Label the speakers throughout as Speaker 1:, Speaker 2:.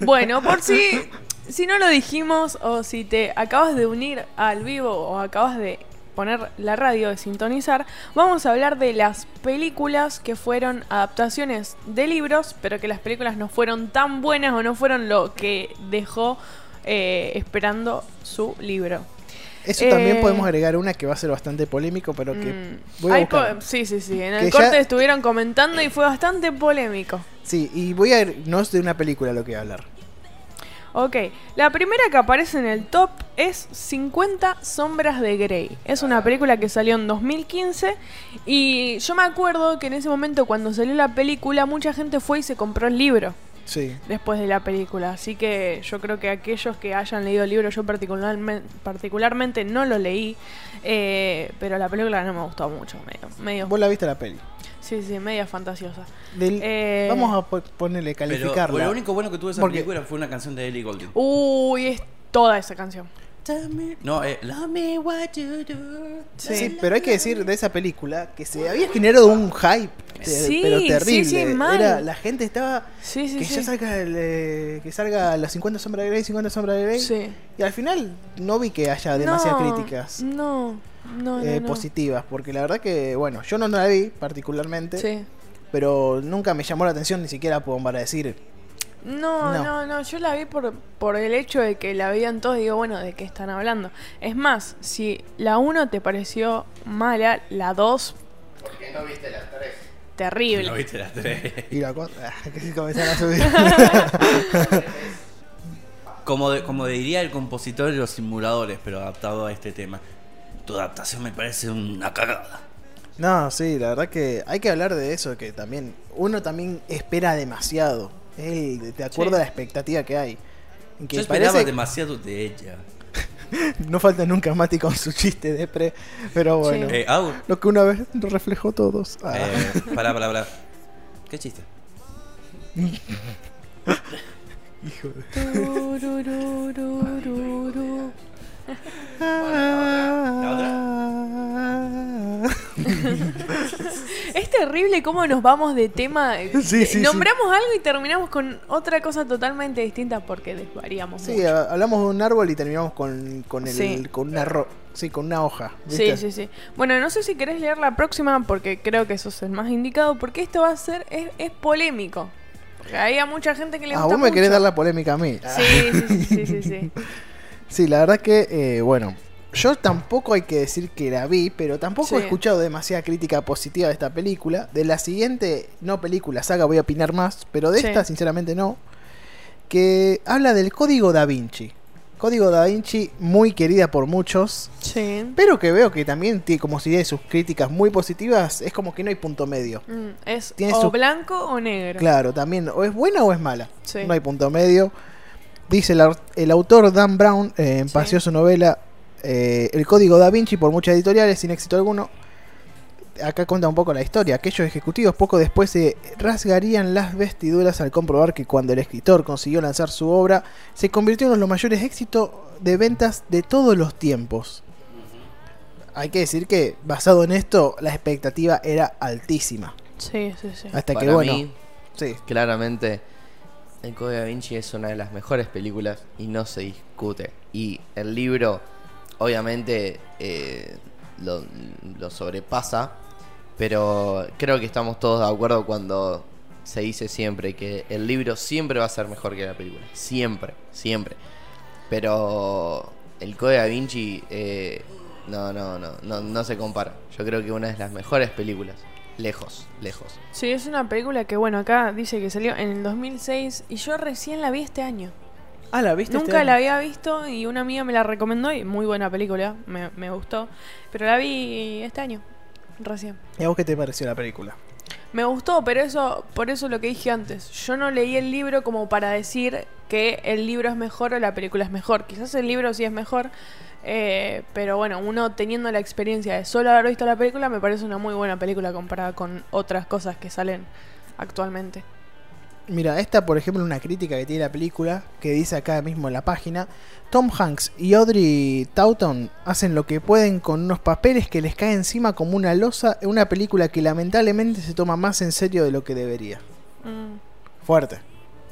Speaker 1: Bueno, por si, si no lo dijimos o si te acabas de unir al vivo o acabas de poner la radio, de sintonizar, vamos a hablar de las películas que fueron adaptaciones de libros, pero que las películas no fueron tan buenas o no fueron lo que dejó eh, esperando su libro.
Speaker 2: Eso también
Speaker 1: Eh,
Speaker 2: podemos agregar una que va a ser bastante polémico, pero que
Speaker 1: Mm,
Speaker 2: voy a
Speaker 1: hay
Speaker 2: buscar.
Speaker 1: po- sí, sí, sí. En
Speaker 2: Que
Speaker 1: el
Speaker 2: ya-
Speaker 1: corte estuvieron comentando y fue bastante polémico.
Speaker 2: Sí, y voy a agre- no es de una película lo que voy a hablar.
Speaker 1: Ok, la primera que aparece en el top es 50 sombras de Grey. Es una película que salió en 2015 y yo me acuerdo que en ese momento cuando salió la película mucha gente fue y se compró el libro
Speaker 2: Sí.
Speaker 1: después de la película. Así que yo creo que aquellos que hayan leído el libro, yo particularme- particularmente no lo leí, eh, pero la película no me gustó mucho, medio, medio-
Speaker 2: Vos la viste la peli.
Speaker 1: sí, sí, media fantasiosa.
Speaker 2: Del-
Speaker 1: Eh,
Speaker 2: Vamos a po- ponerle
Speaker 3: Pero
Speaker 2: calificarla.
Speaker 3: lo único bueno que tuvo esa
Speaker 2: Porque- Uh,
Speaker 3: película fue una canción de Ellie Goulding.
Speaker 1: Uy, es toda esa canción.
Speaker 3: Tell me- No, eh, love me what you do.
Speaker 2: sí.
Speaker 1: Sí.
Speaker 2: pero hay que decir de esa película que se había generado un hype, te-
Speaker 1: Sí,
Speaker 2: pero
Speaker 1: sí,
Speaker 2: terrible.
Speaker 1: sí, mal.
Speaker 2: Era, la gente estaba
Speaker 1: Sí, sí,
Speaker 2: que
Speaker 1: sí.
Speaker 2: ya salga el, eh, que salga las 50 sombras de Grey, 50 sombras de Grey.
Speaker 1: Sí.
Speaker 2: Y al final no vi que haya demasiadas
Speaker 1: No,
Speaker 2: críticas
Speaker 1: No, no, no,
Speaker 2: eh,
Speaker 1: no.
Speaker 2: positivas, porque la verdad que bueno, yo no, la vi particularmente,
Speaker 1: Sí.
Speaker 2: pero nunca me llamó la atención ni siquiera como para decir
Speaker 1: No,
Speaker 2: No.
Speaker 1: no, no, yo la vi por, por el hecho de que la veían todos y digo, bueno, ¿de qué están hablando? Es más, si la 1 te pareció mala, la 2... ¿Por qué
Speaker 3: No
Speaker 1: no viste
Speaker 3: viste las tres.
Speaker 2: y la cosa que comenzaron a subir.
Speaker 3: Como, de- como diría el compositor de los simuladores, pero adaptado a este tema. Tu adaptación me parece una cagada.
Speaker 2: No, sí, la verdad que hay que hablar de eso, que también uno también espera demasiado. Es el- de acuerdo
Speaker 1: Sí.
Speaker 2: a la expectativa que hay. Y Que
Speaker 3: Yo esperaba
Speaker 2: parece-
Speaker 3: demasiado de ella.
Speaker 2: No falta nunca Mati con su chiste de pre, pero bueno.
Speaker 1: Sí.
Speaker 3: Eh, Au,
Speaker 2: Lo que una vez nos reflejó todos. Ah.
Speaker 3: eh, pará, pará, pará. ¿Qué chiste?
Speaker 1: la 3? Terrible.
Speaker 2: Ah.
Speaker 1: Es terrible cómo nos vamos de tema.
Speaker 2: Sí, sí,
Speaker 1: Nombramos algo y terminamos con otra cosa totalmente distinta porque desvariamos
Speaker 2: Sí,
Speaker 1: mucho.
Speaker 2: ha- hablamos de un árbol y terminamos con, con, el,
Speaker 1: Sí.
Speaker 2: con, una ro- sí, con una hoja.
Speaker 1: Sí,
Speaker 2: ¿viste?
Speaker 1: sí, sí. Bueno, no sé si querés leer la próxima porque creo que sos el más indicado porque esto va a ser, es, es polémico. Porque había mucha gente que le
Speaker 2: Ah,
Speaker 1: gusta
Speaker 2: vos me querés
Speaker 1: mucho.
Speaker 2: dar la polémica a mí. Ah.
Speaker 1: Sí, sí, sí, sí, sí, sí.
Speaker 2: Sí, la verdad que, eh, bueno, yo tampoco hay que decir que la vi, pero tampoco he
Speaker 1: Sí.
Speaker 2: escuchado demasiada crítica positiva de esta película. De la siguiente, no película, saga, voy a opinar más, pero de
Speaker 1: Sí.
Speaker 2: esta, sinceramente, no. Que habla del código da Vinci. Código da Vinci, muy querida por muchos,
Speaker 1: Sí.
Speaker 2: pero que veo que también tiene como si tiene sus críticas muy positivas, es como que no hay punto medio.
Speaker 1: Mm, es
Speaker 2: Tiene
Speaker 1: o
Speaker 2: su-
Speaker 1: blanco o negro.
Speaker 2: Claro, también, o es buena o es mala.
Speaker 1: Sí.
Speaker 2: No hay punto medio. Dice el, ar- el autor Dan Brown, eh, en
Speaker 1: Sí.
Speaker 2: paseo su novela eh, El Código Da Vinci por muchas editoriales, sin éxito alguno. Acá cuenta un poco la historia. Aquellos ejecutivos poco después se rasgarían las vestiduras al comprobar que cuando el escritor consiguió lanzar su obra, se convirtió en uno de los mayores éxitos de ventas de todos los tiempos. Hay que decir que, basado en esto, la expectativa era altísima.
Speaker 1: Sí, sí, sí.
Speaker 2: Hasta que,
Speaker 4: Para
Speaker 2: bueno,
Speaker 4: mí,
Speaker 2: sí.
Speaker 4: claramente, El Código da Vinci es una de las mejores películas y no se discute. Y el libro, obviamente, eh, lo, lo sobrepasa, pero creo que estamos todos de acuerdo cuando se dice siempre que el libro siempre va a ser mejor que la película. Siempre, siempre. Pero el Código da Vinci eh, no, no, no, no, no se compara. Yo creo que una de las mejores películas. Lejos, lejos.
Speaker 1: Sí, es una película que, bueno, acá dice que salió en el 2006 y yo recién la vi este año.
Speaker 2: Ah, la viste.
Speaker 1: Nunca la había visto y una amiga me la recomendó y muy buena película, me, me gustó. Pero la vi este año, recién.
Speaker 2: ¿Y a vos qué te pareció la película?
Speaker 1: Me gustó, pero eso, por eso lo que dije antes, yo no leí el libro como para decir que el libro es mejor o la película es mejor. Quizás el libro sí es mejor, eh, pero bueno, uno teniendo la experiencia de solo haber visto la película, me parece una muy buena película comparada con otras cosas que salen actualmente.
Speaker 2: Mira, esta por ejemplo una crítica que tiene la película, que dice acá mismo en la página, Tom Hanks y Audrey Tauton hacen lo que pueden con unos papeles que les cae encima como una losa en una película que lamentablemente se toma más en serio de lo que debería.
Speaker 1: Mm,
Speaker 2: Fuerte.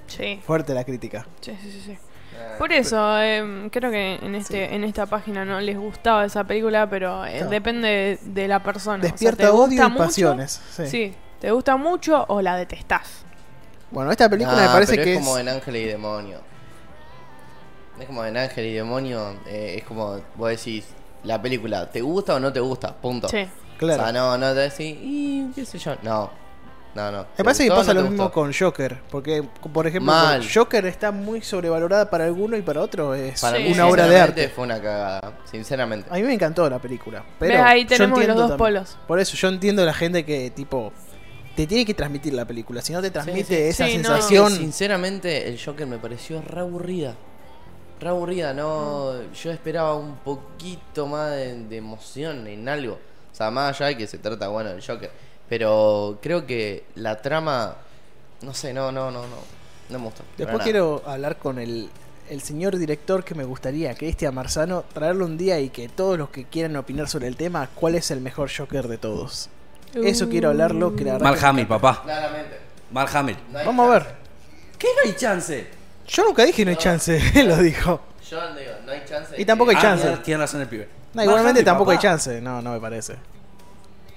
Speaker 1: Sí,
Speaker 2: Fuerte la crítica.
Speaker 1: sí, sí, sí, sí.
Speaker 2: Eh,
Speaker 1: Por eso, em, creo que en este en esta página no les gustaba esa película, pero eh,
Speaker 2: Claro.
Speaker 1: depende de, de la persona. O sea,
Speaker 2: Despierta
Speaker 1: ¿te gusta
Speaker 2: odio y
Speaker 1: mucho?
Speaker 2: pasiones. Sí.
Speaker 1: Sí. ¿te gusta mucho o la detestás?
Speaker 2: Bueno, esta película
Speaker 4: Nah,
Speaker 2: me parece
Speaker 4: Ah, pero
Speaker 2: que
Speaker 4: es
Speaker 2: es.
Speaker 4: como en Ángel y Demonio. Es como en Ángel y Demonio. eh, es como vos decís, la película, ¿te gusta o no te gusta? Punto.
Speaker 1: Sí.
Speaker 2: Claro.
Speaker 4: O sea, no, no te decís, y qué sé yo. No, no, no.
Speaker 2: Me
Speaker 4: ¿Te
Speaker 2: parece que
Speaker 4: gustó o
Speaker 2: pasa
Speaker 4: no
Speaker 2: lo
Speaker 4: te
Speaker 2: mismo
Speaker 4: gustó?
Speaker 2: con Joker. Porque, por ejemplo,
Speaker 4: Mal.
Speaker 2: con- Joker está muy sobrevalorada para alguno y para otro es
Speaker 4: Para
Speaker 1: Sí.
Speaker 4: mí,
Speaker 2: una obra de
Speaker 4: sinceramente,
Speaker 2: arte.
Speaker 4: Fue una cagada, sinceramente.
Speaker 2: A mí me encantó la película. Pero
Speaker 1: Ves, ahí
Speaker 2: yo
Speaker 1: tenemos los
Speaker 2: entiendo
Speaker 1: dos
Speaker 2: también-
Speaker 1: polos.
Speaker 2: Por eso yo entiendo a la gente que, tipo, te tiene que transmitir la película. Si no te transmite
Speaker 4: sí.
Speaker 2: esa
Speaker 1: Sí, no.
Speaker 2: sensación.
Speaker 4: Sinceramente, el Joker me pareció re aburrida. Re aburrida, no. Yo esperaba un poquito más de, de emoción en algo. O sea, más allá de que se trata, bueno, del Joker. Pero creo que la trama. No sé, no, no, no, no. No me gustó.
Speaker 2: Después
Speaker 4: Para nada.
Speaker 2: quiero hablar con el, el señor director que me gustaría, Cristian Marzano, traerlo un día y que todos los que quieran opinar sobre el tema, cuál es el mejor Joker de todos. Eso quiero hablarlo, que la verdad
Speaker 3: Mark
Speaker 2: que-
Speaker 3: Hamill, papá.
Speaker 4: Claramente.
Speaker 3: Mark Hamill.
Speaker 4: no hay
Speaker 2: Vamos a
Speaker 4: chance.
Speaker 2: ver.
Speaker 3: ¿Qué no hay chance?
Speaker 2: Yo nunca dije no hay chance, él lo dijo.
Speaker 4: Yo digo, no hay chance. de
Speaker 2: Y tampoco
Speaker 4: que-
Speaker 2: hay chance.
Speaker 3: mierda, Ah, tiene razón el pibe.
Speaker 2: No,
Speaker 3: Mark
Speaker 2: igualmente
Speaker 3: Hamill,
Speaker 2: tampoco hay
Speaker 3: papá.
Speaker 2: chance. No, no me parece.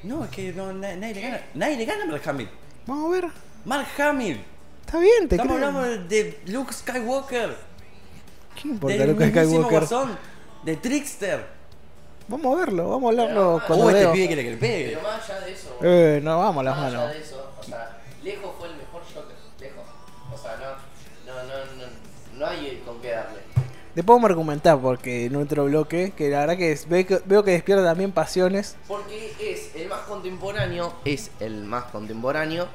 Speaker 3: No, es que no, na- nadie, le gana. Nadie le gana a Mark Hamill.
Speaker 2: Vamos a ver.
Speaker 3: Mark Hamill.
Speaker 2: Está bien, te
Speaker 3: Estamos
Speaker 2: creo.
Speaker 3: hablando de Luke Skywalker.
Speaker 2: ¿Qué importa
Speaker 3: Del
Speaker 2: Lucas
Speaker 3: mismísimo
Speaker 2: Skywalker?
Speaker 3: Guasón, de Trickster.
Speaker 2: Vamos a verlo, vamos a hablarlo cuando
Speaker 3: Oh, este
Speaker 2: veo.
Speaker 3: pibe quiere que le pegue.
Speaker 4: Pero más allá de eso.
Speaker 2: Eh, no, vamos las
Speaker 4: Más allá
Speaker 2: manos.
Speaker 4: de eso, o sea, lejos fue el mejor Joker, lejos. O sea, no, no, no, no, no hay con qué darle.
Speaker 2: Después vamos a argumentar porque en otro bloque, que la verdad que es- ve que- veo que despierta también pasiones.
Speaker 4: Porque es el más contemporáneo, es el más contemporáneo,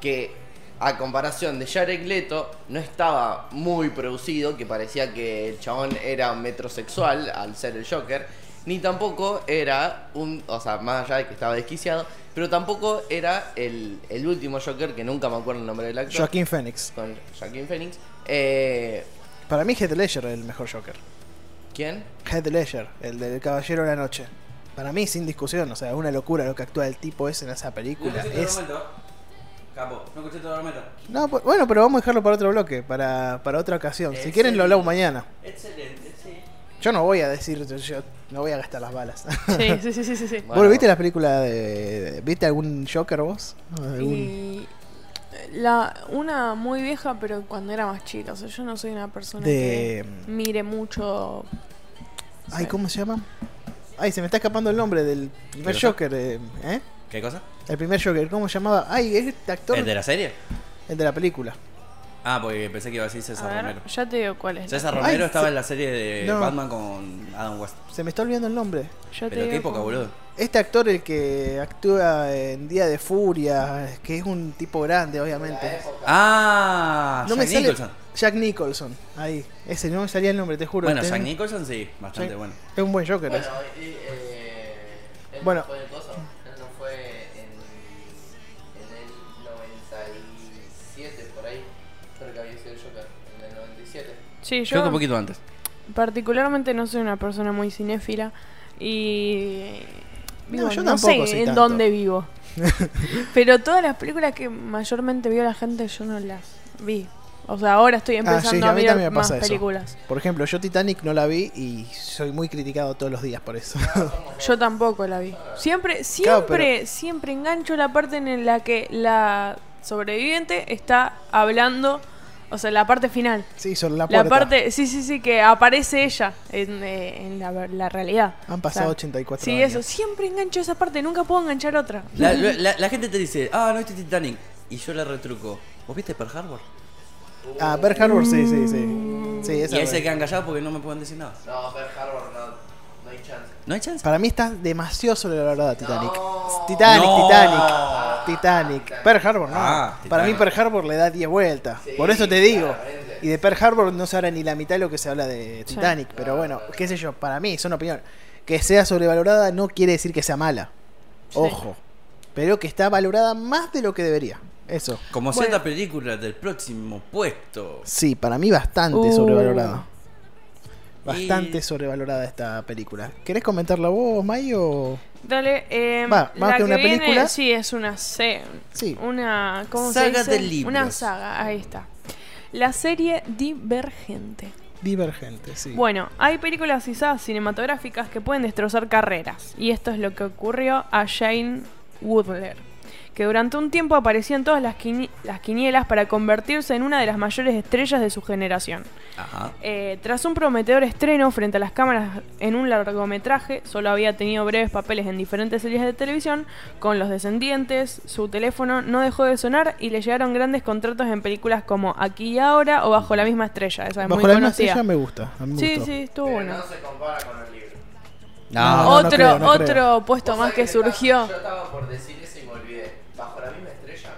Speaker 4: que a comparación de Jared Leto no estaba muy producido, que parecía que el chabón era un metrosexual al ser el Joker, ni tampoco era un, o sea, más allá de que estaba desquiciado, pero tampoco era el, el último Joker, que nunca me acuerdo el nombre del actor.
Speaker 2: Joaquín Phoenix.
Speaker 4: con Joaquín Phoenix. Eh,
Speaker 2: Para mí Heath Ledger es el mejor Joker.
Speaker 4: ¿Quién?
Speaker 2: Heath Ledger, el del Caballero de la Noche. Para mí sin discusión, o sea, es una locura lo que actúa el tipo ese en esa película. Es...
Speaker 3: Capo, no escuché todo el argumento.
Speaker 2: No, por- bueno, pero vamos a dejarlo para otro bloque, para, para otra ocasión.
Speaker 3: Eh,
Speaker 2: Si quieren lo hablamos mañana.
Speaker 3: Excelente, sí.
Speaker 2: Yo no voy a decir, yo no voy a gastar las balas.
Speaker 1: Sí, sí, sí, sí, sí. sí.
Speaker 4: Bueno.
Speaker 2: ¿Vos viste la película de... ¿Viste algún Joker vos? ¿Algún-
Speaker 1: Y la, una muy vieja, pero cuando era más chica. O sea, yo no soy una persona
Speaker 2: De-
Speaker 1: que mire mucho.
Speaker 2: Ay, ¿cómo se llama? Ay, se me está escapando el nombre del primer
Speaker 3: ¿Qué cosa?
Speaker 2: Joker. eh, ¿eh?
Speaker 3: ¿Qué cosa?
Speaker 2: El primer Joker, ¿cómo se llamaba? Ay, este actor...
Speaker 3: ¿El de la serie?
Speaker 2: El de la película.
Speaker 3: Ah, porque pensé que iba a decir César
Speaker 1: A ver,
Speaker 3: Romero.
Speaker 1: ya te digo cuál es.
Speaker 3: César
Speaker 2: Ay,
Speaker 3: Romero
Speaker 2: se-
Speaker 3: estaba en la serie de
Speaker 2: No.
Speaker 3: Batman con Adam West.
Speaker 2: Se me está olvidando el nombre.
Speaker 1: Ya te
Speaker 3: Pero qué
Speaker 1: digo
Speaker 3: época,
Speaker 1: cuál.
Speaker 3: boludo.
Speaker 2: Este actor, el que actúa en Día de Furia, que es un tipo grande, obviamente.
Speaker 3: Ah,
Speaker 2: No me
Speaker 3: Jack
Speaker 2: sale
Speaker 3: Nicholson.
Speaker 2: Jack Nicholson. Ahí. Ese no me salía el nombre, te juro.
Speaker 3: Bueno,
Speaker 2: Ten-
Speaker 3: Jack Nicholson sí,
Speaker 2: Sí.
Speaker 3: bastante bueno.
Speaker 2: Es un buen Joker.
Speaker 4: Bueno,
Speaker 2: ese.
Speaker 4: y, eh, él
Speaker 2: Bueno.
Speaker 4: no fue de coso, él no fue en, en el 97 por ahí, creo que había sido el Joker, en el 97.
Speaker 1: Sí,
Speaker 3: Yo
Speaker 1: yo
Speaker 3: un poquito antes.
Speaker 1: particularmente no soy una persona muy cinéfila y
Speaker 2: No,
Speaker 1: vivo-
Speaker 2: yo
Speaker 1: no
Speaker 2: tampoco soy
Speaker 1: sé en
Speaker 2: tanto.
Speaker 1: dónde vivo. Pero todas las películas que mayormente vio la gente yo no las vi. O sea, ahora estoy empezando
Speaker 2: Ah, sí,
Speaker 1: a,
Speaker 2: a mí
Speaker 1: mirar
Speaker 2: también me
Speaker 1: más
Speaker 2: pasa eso.
Speaker 1: películas.
Speaker 2: Por ejemplo, yo Titanic no la vi y soy muy criticado todos los días por eso.
Speaker 1: Yo tampoco la vi. Siempre, siempre,
Speaker 2: Claro, pero-
Speaker 1: siempre engancho la parte en la que la sobreviviente está hablando, o sea, la parte final.
Speaker 2: sí, son la
Speaker 1: La
Speaker 2: puerta.
Speaker 1: parte, sí, sí, sí, que aparece ella en, eh, en la, la realidad.
Speaker 2: Han pasado
Speaker 1: O sea,
Speaker 2: 84
Speaker 1: Sí,
Speaker 2: años.
Speaker 1: eso. Siempre engancho esa parte, nunca puedo enganchar otra.
Speaker 3: La, la- la- la gente te dice, ah, no viste Titanic. Y yo le retruco. ¿Vos viste Pearl Harbor?
Speaker 2: Ah, Pearl Harbor, sí, sí, sí. Sí, esa
Speaker 3: y ahí
Speaker 2: fue.
Speaker 3: se quedan callados porque no me pueden decir nada.
Speaker 4: No, Pearl Harbor no, no hay chance.
Speaker 3: No hay chance.
Speaker 2: Para mí está demasiado sobre la verdad Titanic.
Speaker 4: No.
Speaker 2: Titanic,
Speaker 3: No.
Speaker 2: Titanic. Titanic. Pearl Harbor, no.
Speaker 3: Ah,
Speaker 2: Para mí
Speaker 3: Titanic.
Speaker 2: Pearl Harbor le da 10 vueltas.
Speaker 4: Sí,
Speaker 2: Por eso te digo.
Speaker 4: claramente.
Speaker 2: Y de Pearl Harbor no se habla ni la mitad de lo que se habla de Titanic. Pero bueno, qué sé yo, para mí, es una opinión. Que sea sobrevalorada no quiere decir que sea mala.
Speaker 1: Sí.
Speaker 2: Ojo. Pero que está valorada más de lo que debería. Eso.
Speaker 3: Como
Speaker 1: Bueno.
Speaker 3: cierta película del próximo puesto.
Speaker 2: Sí, para mí bastante
Speaker 1: Uh.
Speaker 2: sobrevalorada. Bastante
Speaker 3: Y-
Speaker 2: sobrevalorada esta película. ¿Querés comentarla vos, May? O...
Speaker 1: Dale, eh,
Speaker 2: Va, más
Speaker 1: la
Speaker 2: que una
Speaker 1: viene-
Speaker 2: película.
Speaker 1: sí, es una se-
Speaker 2: Sí.
Speaker 1: Una, ¿cómo se
Speaker 3: Saga
Speaker 1: dice?
Speaker 3: de libros.
Speaker 1: Una saga, ahí está. la serie Divergente.
Speaker 2: Divergente, sí.
Speaker 1: Bueno, hay películas quizás cinematográficas que pueden destrozar carreras. Y esto es lo que ocurrió a Jane Woodler, que durante un tiempo aparecía en todas las, quini- las quinielas para convertirse en una de las mayores estrellas de su generación.
Speaker 3: Ajá.
Speaker 1: Eh, tras un prometedor estreno frente a las cámaras en un largometraje, solo había tenido breves papeles en diferentes series de televisión, con Los Descendientes, su teléfono no dejó de sonar y le llegaron grandes contratos en películas como Aquí y Ahora o Bajo la misma estrella. Esa es
Speaker 2: Bajo
Speaker 1: muy
Speaker 2: la misma
Speaker 1: conocida.
Speaker 2: silla me gusta. a mí me
Speaker 1: sí,
Speaker 2: gustó.
Speaker 1: sí, estuvo bueno.
Speaker 4: se compara con el libro.
Speaker 2: No, no,
Speaker 1: otro
Speaker 2: creo, no
Speaker 1: otro
Speaker 2: creo.
Speaker 1: puesto
Speaker 4: Vos
Speaker 1: más
Speaker 4: sabés
Speaker 1: que
Speaker 4: estaba-
Speaker 1: surgió.
Speaker 4: Yo estaba por decir eso y me olvidé. Bajo la misma estrella,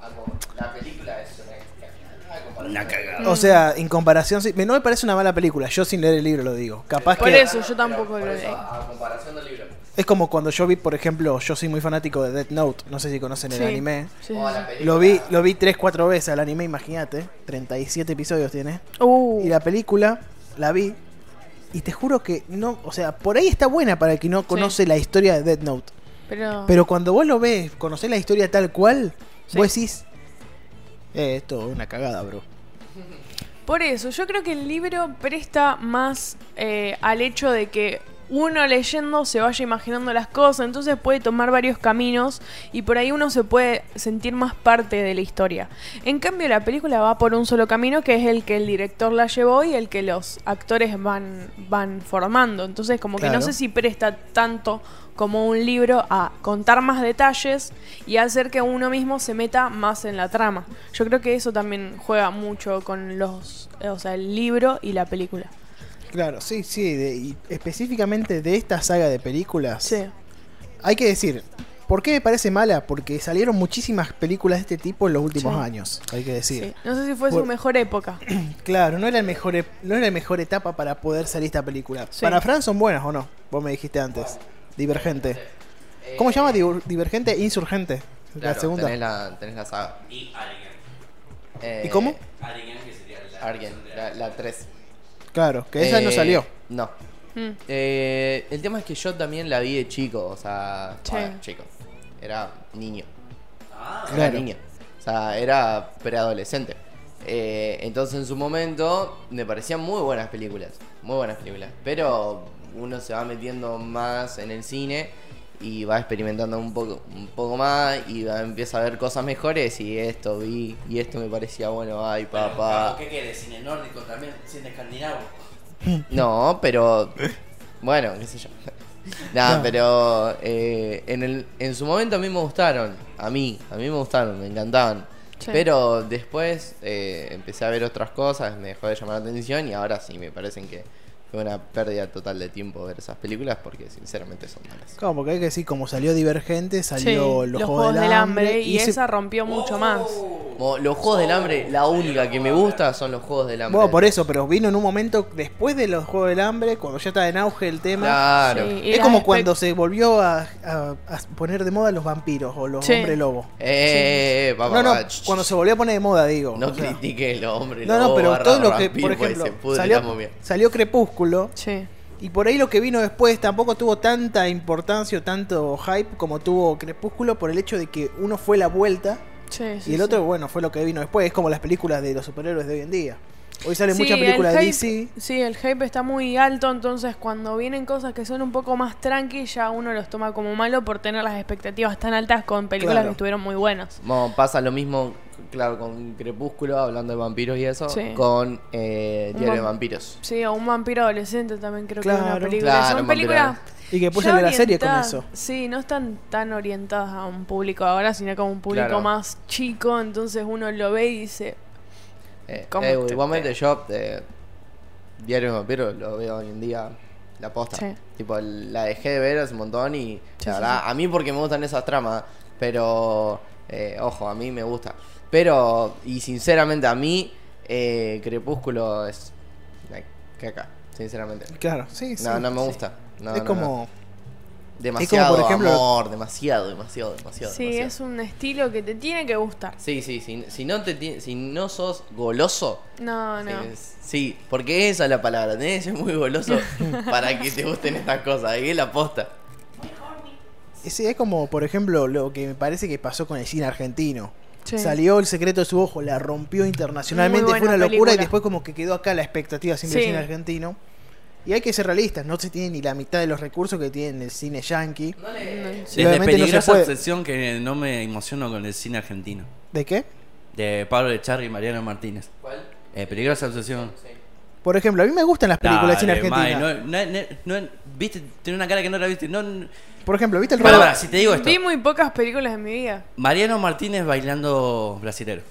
Speaker 4: amo, la película es una cagada comparada.
Speaker 3: Una cagada.
Speaker 2: O sea, en comparación, sí, me- no me parece una mala película. Yo sin leer el libro lo digo. Capaz
Speaker 1: Por
Speaker 2: que
Speaker 1: eso, yo tampoco
Speaker 4: Por
Speaker 1: lo
Speaker 4: eso,
Speaker 1: leí.
Speaker 4: a comparación del libro.
Speaker 2: es como cuando yo vi, por ejemplo, yo soy muy fanático de Death Note. No sé si conocen
Speaker 1: Sí,
Speaker 2: el anime.
Speaker 1: sí,
Speaker 4: O a
Speaker 1: sí,
Speaker 4: la película.
Speaker 2: Lo vi, lo vi 3, 4 veces al anime, imagínate. 37 episodios tiene.
Speaker 1: sí. Uh,
Speaker 2: Y la película la vi. Y te juro que no, o sea, por ahí está buena para el que no conoce la historia de Death Note.
Speaker 1: pero,
Speaker 2: Pero cuando vos lo ves, conocés la historia tal cual,
Speaker 1: Ah. Sí.
Speaker 2: vos decís, eh, esto es una cagada, bro.
Speaker 1: por eso, yo creo que el libro presta más eh, al hecho de que uno leyendo se vaya imaginando las cosas, entonces puede tomar varios caminos y por ahí uno se puede sentir más parte de la historia. En cambio, la película va por un solo camino que es el que el director la llevó y el que los actores van, van formando. Entonces, como que
Speaker 2: Claro.
Speaker 1: no sé si presta tanto como un libro a contar más detalles y hacer que uno mismo se meta más en la trama. Yo creo que eso también juega mucho con los, eh, o sea, el libro y la película.
Speaker 2: Claro, sí, sí, de- y específicamente de esta saga de películas.
Speaker 1: Sí.
Speaker 2: Hay que decir, ¿por qué me parece mala? Porque salieron muchísimas películas de este tipo en los últimos
Speaker 1: Sí.
Speaker 2: años, hay que
Speaker 1: sí.
Speaker 2: decir.
Speaker 1: No sé si fue su
Speaker 2: Por-
Speaker 1: mejor época.
Speaker 2: Claro, no era, el mejor, e- no era la mejor etapa para poder salir esta película.
Speaker 1: Sí.
Speaker 2: Para Fran son buenas o no, vos me dijiste antes. Divergente. ¿Cómo se llama? Diver- Divergente, e insurgente. la
Speaker 4: Claro,
Speaker 2: segunda.
Speaker 4: Tenés la, tenés la saga.
Speaker 3: Y Alien.
Speaker 4: Eh,
Speaker 2: ¿Y cómo?
Speaker 3: Alien que sería la.
Speaker 4: Alguien, la, la 3.
Speaker 2: Claro, que esa no
Speaker 4: Eh,
Speaker 2: salió.
Speaker 4: No.
Speaker 1: Mm.
Speaker 4: Eh, el tema es que yo también la vi de chico, o sea,
Speaker 1: Sí.
Speaker 4: bueno, chico. Era niño.
Speaker 3: Ah,
Speaker 4: Era
Speaker 2: Claro.
Speaker 4: niño. O sea, era preadolescente. Eh, entonces en su momento me parecían muy buenas películas. Muy buenas películas. Pero uno se va metiendo más en el cine y va experimentando un poco, un poco más y va- empieza a ver cosas mejores y esto vi y esto me parecía bueno, ay papá.
Speaker 3: ¿Qué quieres? ¿Cine nórdico también? ¿Cine escandinavo?
Speaker 4: No, pero. Bueno, qué sé yo. Nah, pero. eh, en, el, en su momento a mí me gustaron. A mí, a mí me gustaron, me encantaban.
Speaker 1: Sí.
Speaker 4: Pero después eh, empecé a ver otras cosas, me dejó de llamar la atención y ahora sí me parecen que fue una pérdida total de tiempo ver esas películas porque sinceramente son malas.
Speaker 2: Claro, porque hay que decir, como salió Divergente, salió
Speaker 1: Sí,
Speaker 2: los, Juegos, del Hambre.
Speaker 1: y,
Speaker 2: se-
Speaker 1: esa rompió mucho más.
Speaker 4: Mo- Los Juegos del Hambre, la única que me gusta son los Juegos del Hambre.
Speaker 2: Bueno, por eso, pero vino en un momento después de los Juegos del Hambre, cuando ya está en auge el tema.
Speaker 4: Claro.
Speaker 1: Sí, y
Speaker 2: Es
Speaker 1: las
Speaker 2: como
Speaker 1: espe-
Speaker 2: cuando se volvió a, a- a poner de moda los vampiros o los
Speaker 1: Sí.
Speaker 2: hombres lobo.
Speaker 4: Eh, eh,
Speaker 2: no,
Speaker 4: papá,
Speaker 2: no,
Speaker 4: papá, ch-
Speaker 2: cuando se volvió a poner de moda, digo.
Speaker 4: No
Speaker 2: o sea.
Speaker 4: critiques el hombre.
Speaker 2: no, no,
Speaker 4: lobo,
Speaker 2: pero
Speaker 4: barra
Speaker 2: todo lo que,
Speaker 4: vampiro,
Speaker 2: por
Speaker 4: porque
Speaker 2: ejemplo,
Speaker 4: pues, se pudre la
Speaker 2: salió,
Speaker 4: momia.
Speaker 2: salió Crepúsculo
Speaker 1: Sí.
Speaker 2: y por ahí lo que vino después tampoco tuvo tanta importancia o tanto hype como tuvo Crepúsculo por el hecho de que uno fue la vuelta
Speaker 1: Sí,
Speaker 2: y
Speaker 1: sí,
Speaker 2: el
Speaker 1: sí.
Speaker 2: otro, bueno, fue lo que vino después. Es como las películas de los superhéroes de hoy en día. Hoy salen
Speaker 1: Sí,
Speaker 2: muchas películas
Speaker 1: el
Speaker 2: de
Speaker 1: hype-
Speaker 2: DC.
Speaker 1: Sí, el hype está muy alto, entonces cuando vienen cosas que son un poco más tranqui, ya uno los toma como malo por tener las expectativas tan altas con películas
Speaker 2: Claro.
Speaker 1: que estuvieron muy buenas.
Speaker 4: Bueno, pasa lo mismo, claro, con Crepúsculo, hablando de vampiros y eso,
Speaker 1: Sí.
Speaker 4: con eh,
Speaker 1: Un
Speaker 4: Diario de
Speaker 1: vam-
Speaker 4: Vampiros.
Speaker 1: Sí, o un vampiro adolescente también creo que es una
Speaker 2: Claro.
Speaker 1: película.
Speaker 4: Claro,
Speaker 1: son
Speaker 4: un vampiro
Speaker 1: películas
Speaker 2: Y que después
Speaker 1: ya
Speaker 2: salió la serie con
Speaker 1: orientadas-
Speaker 2: eso.
Speaker 1: Sí, no están tan orientadas a un público ahora, sino como un público
Speaker 4: Claro.
Speaker 1: más chico, entonces uno lo ve y dice,
Speaker 4: Eh,
Speaker 1: ¿Cómo
Speaker 4: eh,
Speaker 1: te-
Speaker 4: igualmente yo, eh, Diario de Vampiros lo veo hoy en día, la posta.
Speaker 1: Sí.
Speaker 4: Tipo, la dejé de ver hace un montón y
Speaker 1: Sí,
Speaker 4: la
Speaker 1: sí,
Speaker 4: verdad, a mí porque me gustan esas tramas, pero, eh, ojo, a mí me gusta. Pero, y sinceramente a mí, eh, Crepúsculo es una caca, sinceramente.
Speaker 2: Claro, sí, sí.
Speaker 4: No, no me gusta. No,
Speaker 2: es
Speaker 4: no, no.
Speaker 2: como.
Speaker 4: Demasiado
Speaker 2: por ejemplo-
Speaker 4: amor, demasiado, demasiado, demasiado.
Speaker 1: sí,
Speaker 4: demasiado.
Speaker 1: es un estilo que te tiene que gustar.
Speaker 4: Sí, sí, si, si no te ti- si no sos goloso.
Speaker 1: No, no.
Speaker 4: sí, es- Sí, porque esa es la palabra, tenés que ser muy goloso para que te gusten estas cosas, ahí es la posta.
Speaker 2: Sí, es como, por ejemplo, lo que me parece que pasó con el cine argentino.
Speaker 1: Sí.
Speaker 2: Salió El secreto de su ojo, la rompió internacionalmente,
Speaker 1: Muy
Speaker 2: fue
Speaker 1: buena
Speaker 2: una locura
Speaker 1: película.
Speaker 2: y después como que quedó acá la expectativa siempre
Speaker 1: Sí.
Speaker 2: del cine argentino. Y hay que ser realistas, no se tiene ni la mitad de los recursos que tiene el cine yankee.
Speaker 3: Desde
Speaker 2: obviamente no se
Speaker 3: peligrosa
Speaker 2: puede.
Speaker 3: obsesión que no me emociono con el cine argentino.
Speaker 2: ¿De qué?
Speaker 3: De Pablo Echarri y Mariano Martínez.
Speaker 4: ¿Cuál?
Speaker 3: Eh, peligrosa obsesión.
Speaker 2: Por ejemplo, a mí me gustan las películas de cine
Speaker 3: Dale,
Speaker 2: argentino.
Speaker 3: May, no- no- no- viste, tiene una cara que no la viste. No, no-
Speaker 2: Por ejemplo, ¿viste el
Speaker 3: Pará,
Speaker 2: robo?
Speaker 3: pará, si te digo esto.
Speaker 1: Vi muy pocas películas en mi vida.
Speaker 3: Mariano Martínez bailando brasilero.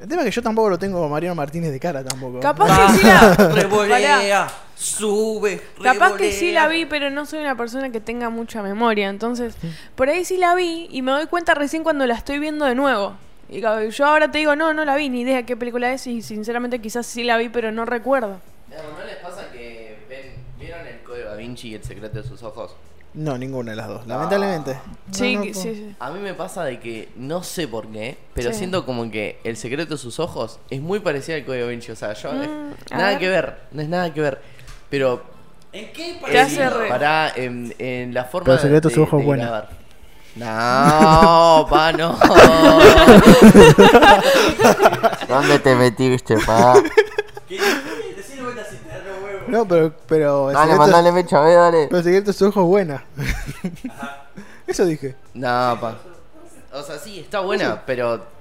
Speaker 2: El tema es que yo tampoco lo tengo a Mariano Martínez de cara tampoco.
Speaker 1: Capaz
Speaker 3: Va,
Speaker 1: que sí la. Pará.
Speaker 3: Revolea, sube,
Speaker 1: Capaz que sí
Speaker 3: revolea.
Speaker 1: la vi, pero no soy una persona que tenga mucha memoria. Entonces, por ahí sí la vi y me doy cuenta recién cuando la estoy viendo de nuevo. Y claro, yo ahora te digo, no, no la vi, ni idea de qué película es. Y sinceramente, quizás sí la vi, pero no recuerdo.
Speaker 4: ¿No les pasa que ven- vieron el código da Vinci y el secreto de sus ojos?
Speaker 2: No, ninguna de las dos, lamentablemente. No,
Speaker 1: sí,
Speaker 2: no,
Speaker 1: que-
Speaker 2: po-
Speaker 1: sí, sí.
Speaker 4: A mí me pasa de que no sé por qué, pero
Speaker 1: Sí.
Speaker 4: siento como que el secreto de sus ojos es muy parecido al código da Vinci. O sea, yo.
Speaker 1: Mm,
Speaker 4: eh,
Speaker 1: a
Speaker 4: nada
Speaker 1: ver.
Speaker 4: que ver, no es nada que ver. Pero.
Speaker 3: ¿En qué
Speaker 1: Te hace
Speaker 3: parecido?
Speaker 1: re-
Speaker 4: Pará, en, en la forma
Speaker 2: Pero el secreto de sus ojos es
Speaker 4: de
Speaker 2: buena.
Speaker 4: grabar. No, pa, no. ¿Dónde te metiste, pa?
Speaker 3: ¿Qué? Decile vuelta si te agarro huevo.
Speaker 2: No, pero, pero el secreto-
Speaker 4: mecha, ve, dale.
Speaker 2: pero el secreto de su ojo es buena. Eso dije.
Speaker 4: No, pa. O sea, sí, está buena, pero.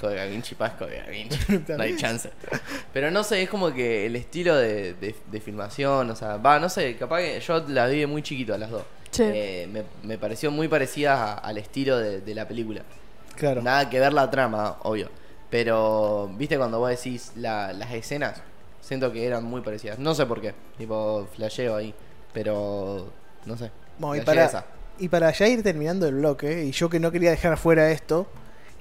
Speaker 4: Code Da Vinci, pa, es Code Da Vinci. No hay chance. Pero no sé, es como que el estilo de, de- de filmación, o sea, va, no sé, capaz que yo la vi de muy chiquito a las dos.
Speaker 1: Sí.
Speaker 4: Eh, me, me pareció muy parecida a- al estilo de, de la película.
Speaker 2: Claro.
Speaker 4: Nada que ver la trama, obvio. Pero, viste, cuando vos decís la- las escenas, siento que eran muy parecidas. No sé por qué, tipo, flasheo ahí. Pero, no sé.
Speaker 2: Bueno, y,
Speaker 4: flasheé
Speaker 2: para,
Speaker 4: esa.
Speaker 2: y para ya ir terminando el bloque, y yo que no quería dejar fuera esto,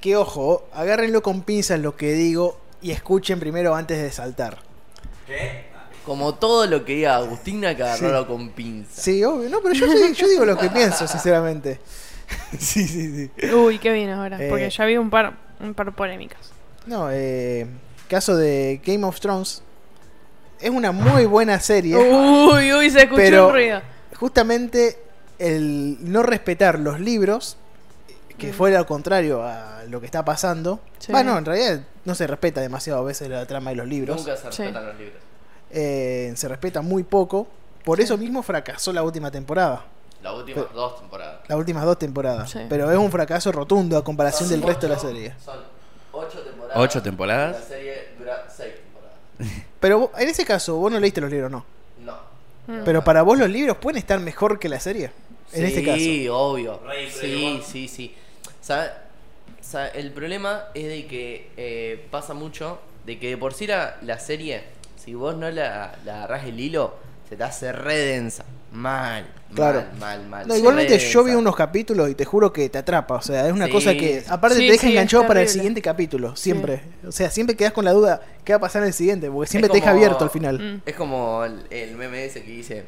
Speaker 2: que ojo, agárrenlo con pinzas lo que digo y escuchen primero antes de saltar.
Speaker 4: Como todo lo que diga Agustina, que agarrarlo con pinza.
Speaker 2: Sí, obvio. No, pero yo, sí- yo digo lo que pienso, sinceramente. sí, sí, sí.
Speaker 1: Uy, qué bien ahora.
Speaker 2: Eh.
Speaker 1: Porque ya vi un par, un par polémicas.
Speaker 2: No, eh, caso de Game of Thrones. Es una muy buena serie.
Speaker 1: Uh, Uy, uy, se escuchó
Speaker 2: Pero-
Speaker 1: un ruido.
Speaker 2: justamente el no respetar los libros,
Speaker 4: Mm.
Speaker 2: que fue lo contrario a lo que está pasando.
Speaker 1: Sí.
Speaker 2: Bueno, en realidad no se respeta demasiado a veces la trama de los libros.
Speaker 4: Nunca se
Speaker 1: Sí.
Speaker 4: respetan los libros.
Speaker 2: Eh, se respeta muy poco. Por eso mismo fracasó la última temporada.
Speaker 4: Las últimas dos temporadas.
Speaker 2: Las últimas dos temporadas.
Speaker 1: Sí.
Speaker 2: Pero es un fracaso rotundo a comparación
Speaker 4: Son
Speaker 2: del resto de la
Speaker 4: ocho-
Speaker 2: serie.
Speaker 4: Son ocho temporadas.
Speaker 3: ¿Ocho temporadas?
Speaker 4: La serie dura seis temporadas.
Speaker 2: Pero vos- en ese caso, vos no leíste los libros, no.
Speaker 4: No.
Speaker 1: Mm.
Speaker 2: Pero para vos los libros pueden estar mejor que la serie. En este caso.
Speaker 4: Sí, obvio.
Speaker 3: Rey,
Speaker 4: Sí,
Speaker 3: Playboy.
Speaker 4: sí, sí. ¿Sabe? sabe, El problema es de que eh, pasa mucho de que de por sí la, la serie, si vos no la, la agarrás el hilo, se te hace re densa. Mal,
Speaker 2: Claro.
Speaker 4: mal, mal, mal.
Speaker 2: No, igualmente
Speaker 4: Re
Speaker 2: yo vi
Speaker 4: densa.
Speaker 2: unos capítulos y te juro que te atrapa. O sea, es una
Speaker 4: Sí.
Speaker 2: cosa que aparte
Speaker 1: Sí,
Speaker 2: te deja
Speaker 1: sí, es
Speaker 2: enganchado para el
Speaker 1: terrible.
Speaker 2: siguiente capítulo. Siempre. O sea, siempre quedas con la duda qué va a pasar en el siguiente. Porque siempre
Speaker 4: Es
Speaker 2: te deja
Speaker 4: como-
Speaker 2: abierto al final.
Speaker 1: Mm.
Speaker 4: Es como el, el meme ese que dice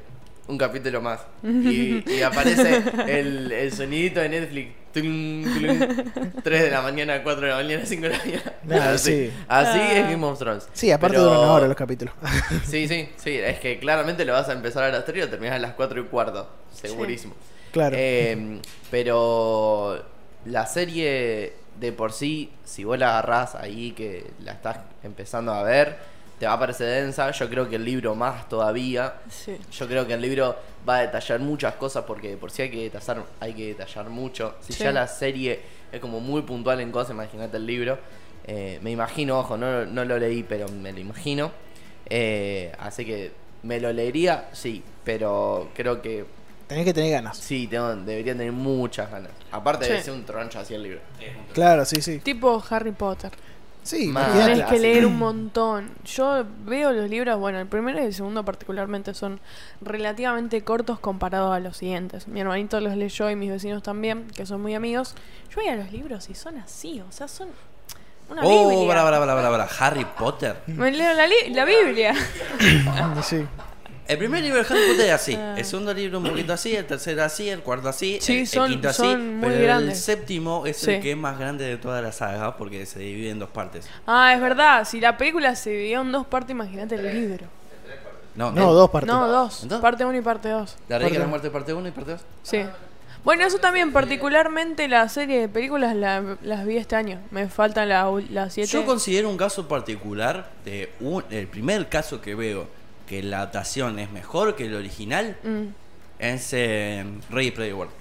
Speaker 4: un capítulo más. Y, y aparece el, el sonidito de Netflix. 3 de la mañana, 4 de la mañana, 5 de la mañana.
Speaker 2: Ah,
Speaker 4: así
Speaker 2: sí.
Speaker 4: así es Game of Thrones.
Speaker 2: Sí, aparte
Speaker 4: Pero-
Speaker 2: duran una hora los capítulos.
Speaker 4: Sí, sí, sí. Es que claramente lo vas a empezar a las 3 y lo terminás a las 4 y cuarto. Segurísimo.
Speaker 2: claro.
Speaker 4: Eh, pero la serie de por sí, si vos la agarrás ahí que la estás empezando a ver, te va a parecer densa. Yo creo que el libro más todavía.
Speaker 1: Sí.
Speaker 4: Yo creo que el libro va a detallar muchas cosas porque de por sí hay que detallar, hay que detallar mucho. Si
Speaker 1: Sí.
Speaker 4: ya la serie es como muy puntual en cosas, imagínate el libro. Eh, me imagino, ojo, no, no lo leí, pero me lo imagino. Eh, así que me lo leería, sí, pero creo que
Speaker 2: Tenés que tener ganas.
Speaker 4: sí, tengo, debería tener muchas ganas. Aparte de
Speaker 1: Sí.
Speaker 4: ser un troncho así el libro.
Speaker 2: Claro, sí, sí.
Speaker 1: Tipo Harry Potter.
Speaker 2: Sí,
Speaker 4: Más.
Speaker 3: Ah,
Speaker 2: imagínate.
Speaker 1: Tenés que
Speaker 4: sí.
Speaker 1: leer un montón. Yo veo los libros, bueno, el primero y el segundo particularmente son relativamente cortos comparados a los siguientes. Mi hermanito los leyó y mis vecinos también, que son muy amigos. Yo veía los libros y son así, o sea, son una
Speaker 3: Oh,
Speaker 1: biblia.
Speaker 3: para, para, para, para, para. Harry Potter.
Speaker 1: Me leo la, li- la biblia.
Speaker 2: Ah, Sí.
Speaker 3: El primer libro de Harry Potter es así. El segundo libro un poquito así, el tercero así, el cuarto así,
Speaker 1: Ah. Sí,
Speaker 3: el, el
Speaker 1: son-
Speaker 3: quinto así.
Speaker 1: son muy
Speaker 3: pero el
Speaker 1: grandes.
Speaker 3: séptimo es
Speaker 1: Sí.
Speaker 3: el que es más grande de toda la saga porque se divide en dos partes.
Speaker 1: Ah, es verdad, si la película se dividió en dos partes, imagínate el libro.
Speaker 3: No,
Speaker 2: No,
Speaker 3: el-
Speaker 2: dos partes.
Speaker 1: No, dos.
Speaker 3: Entonces-
Speaker 1: Parte 1 y parte 2.
Speaker 3: La regla de la muerte parte 1 y parte 2.
Speaker 1: Sí. Bueno, eso también, particularmente la serie de películas la- las vi este año. Me faltan la u- las siete.
Speaker 3: Yo considero un caso particular, de un- el primer caso que veo que la adaptación es mejor que el original,
Speaker 1: Mm.
Speaker 3: es eh, Ready Player One.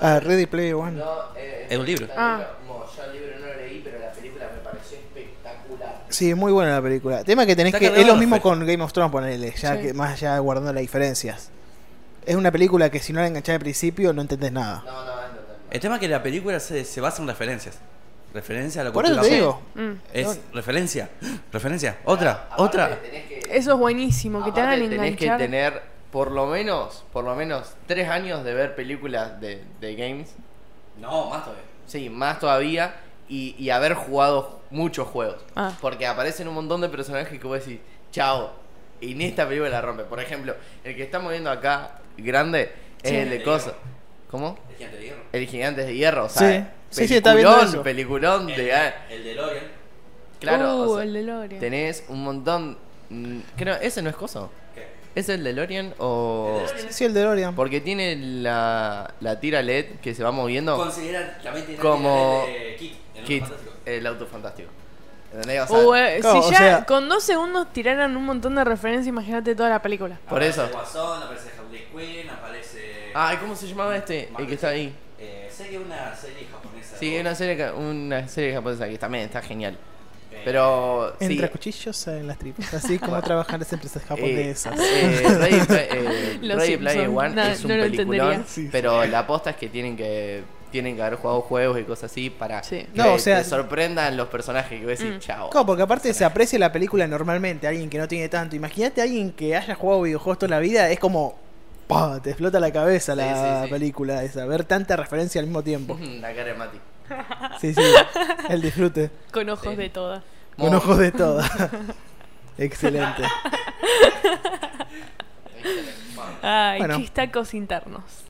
Speaker 2: Ah, Ready Player One.
Speaker 4: No, eh,
Speaker 3: Es un libro.
Speaker 1: Ah.
Speaker 4: No, yo el libro no lo leí, pero la película me pareció espectacular.
Speaker 2: Sí, es muy buena la película. Tema que tenés
Speaker 3: Está
Speaker 2: que. Es
Speaker 3: cargado
Speaker 2: lo
Speaker 3: de
Speaker 2: mismo
Speaker 3: respeto.
Speaker 2: con Game of Thrones, ponele. Ya
Speaker 1: Sí.
Speaker 2: que, más allá guardando las diferencias. Es una película que si no la enganchás al principio no entendés nada.
Speaker 4: No, no, no, no.
Speaker 3: El tema es que la película se, se basa en referencias. Referencia a la
Speaker 2: Por
Speaker 3: cultura
Speaker 2: eso te
Speaker 3: pop.
Speaker 2: digo.
Speaker 1: Mm.
Speaker 3: Es
Speaker 2: No.
Speaker 3: referencia, referencia, otra, otra.
Speaker 1: Eso es buenísimo, que te hagan
Speaker 4: tenés que
Speaker 1: enganchar.
Speaker 4: tener por lo menos, por lo menos tres años de ver películas de, de games.
Speaker 3: No, más todavía.
Speaker 4: Sí, más todavía. Y, y haber jugado muchos juegos.
Speaker 1: Ah.
Speaker 4: Porque aparecen un montón de personajes que vos decís, chao. Y en esta película la rompe. Por ejemplo, el que estamos viendo acá, grande, es
Speaker 1: Sí.
Speaker 4: el de Cosa. ¿Cómo? El Gigante de Hierro, o sea,
Speaker 2: Sí. Sí, sí, está viendo
Speaker 4: peliculón,
Speaker 2: eso.
Speaker 4: peliculón de- ah,
Speaker 3: El de Lorian,
Speaker 4: claro,
Speaker 1: Eh, Uh,
Speaker 4: o sea,
Speaker 1: el DeLorean.
Speaker 4: tenés un montón, mm, creo, ese no es coso,
Speaker 3: ¿Qué?
Speaker 4: es el DeLorean o,
Speaker 2: Sí, el este. DeLorean.
Speaker 4: porque tiene la, la tira LED que se va moviendo,
Speaker 3: considera la mente
Speaker 4: Como-
Speaker 3: de Kit. el
Speaker 4: Kit,
Speaker 3: fantástico.
Speaker 4: el auto fantástico, ¿entendés? O sea,
Speaker 1: Uh, eh,
Speaker 2: claro,
Speaker 1: si
Speaker 2: o
Speaker 1: ya
Speaker 2: sea-
Speaker 1: con dos segundos tiraran un montón de referencias, imagínate toda la película.
Speaker 4: por
Speaker 3: Aparece
Speaker 4: eso, Ah.
Speaker 3: Guasón, aparece Harley Quinn, aparece...
Speaker 4: ay, ¿cómo se llamaba este? El que está ahí,
Speaker 3: Eh, sé que es una serie japonesa.
Speaker 4: sí,
Speaker 3: ¿no?
Speaker 4: una serie, ca- una serie japonesa que también está genial,
Speaker 3: Eh,
Speaker 4: pero sí,
Speaker 2: Entre cuchillos en las tripas. Así como trabajar las empresas
Speaker 4: Eh,
Speaker 2: japonesas.
Speaker 4: eh, Ready, Pla- eh,
Speaker 1: Los
Speaker 4: Ready
Speaker 1: Simpsons.
Speaker 4: Player One
Speaker 1: No,
Speaker 4: es un
Speaker 1: no lo
Speaker 4: peliculón,
Speaker 1: entendería.
Speaker 2: Sí, sí.
Speaker 4: pero la aposta es que tienen que tienen que haber jugado juegos y cosas así para
Speaker 1: Sí.
Speaker 4: que
Speaker 2: No, o sea-
Speaker 4: te sorprendan los personajes que vos decís,
Speaker 1: Mm.
Speaker 4: chao.
Speaker 2: Claro, porque aparte se aprecia la película normalmente, alguien que no tiene tanto. Imagínate a alguien que haya jugado videojuegos toda la vida, es como. ¡pah! Te explota la cabeza la
Speaker 4: sí, sí.
Speaker 2: película esa, ver tanta referencia al mismo tiempo.
Speaker 4: La cara de Mati.
Speaker 2: Sí, sí, el disfrute,
Speaker 1: Con ojos
Speaker 4: Sí.
Speaker 1: de toda.
Speaker 2: con
Speaker 4: Mo-
Speaker 2: ojos de todo. Excelente.
Speaker 1: Ay,
Speaker 2: Bueno.
Speaker 1: chistacos internos.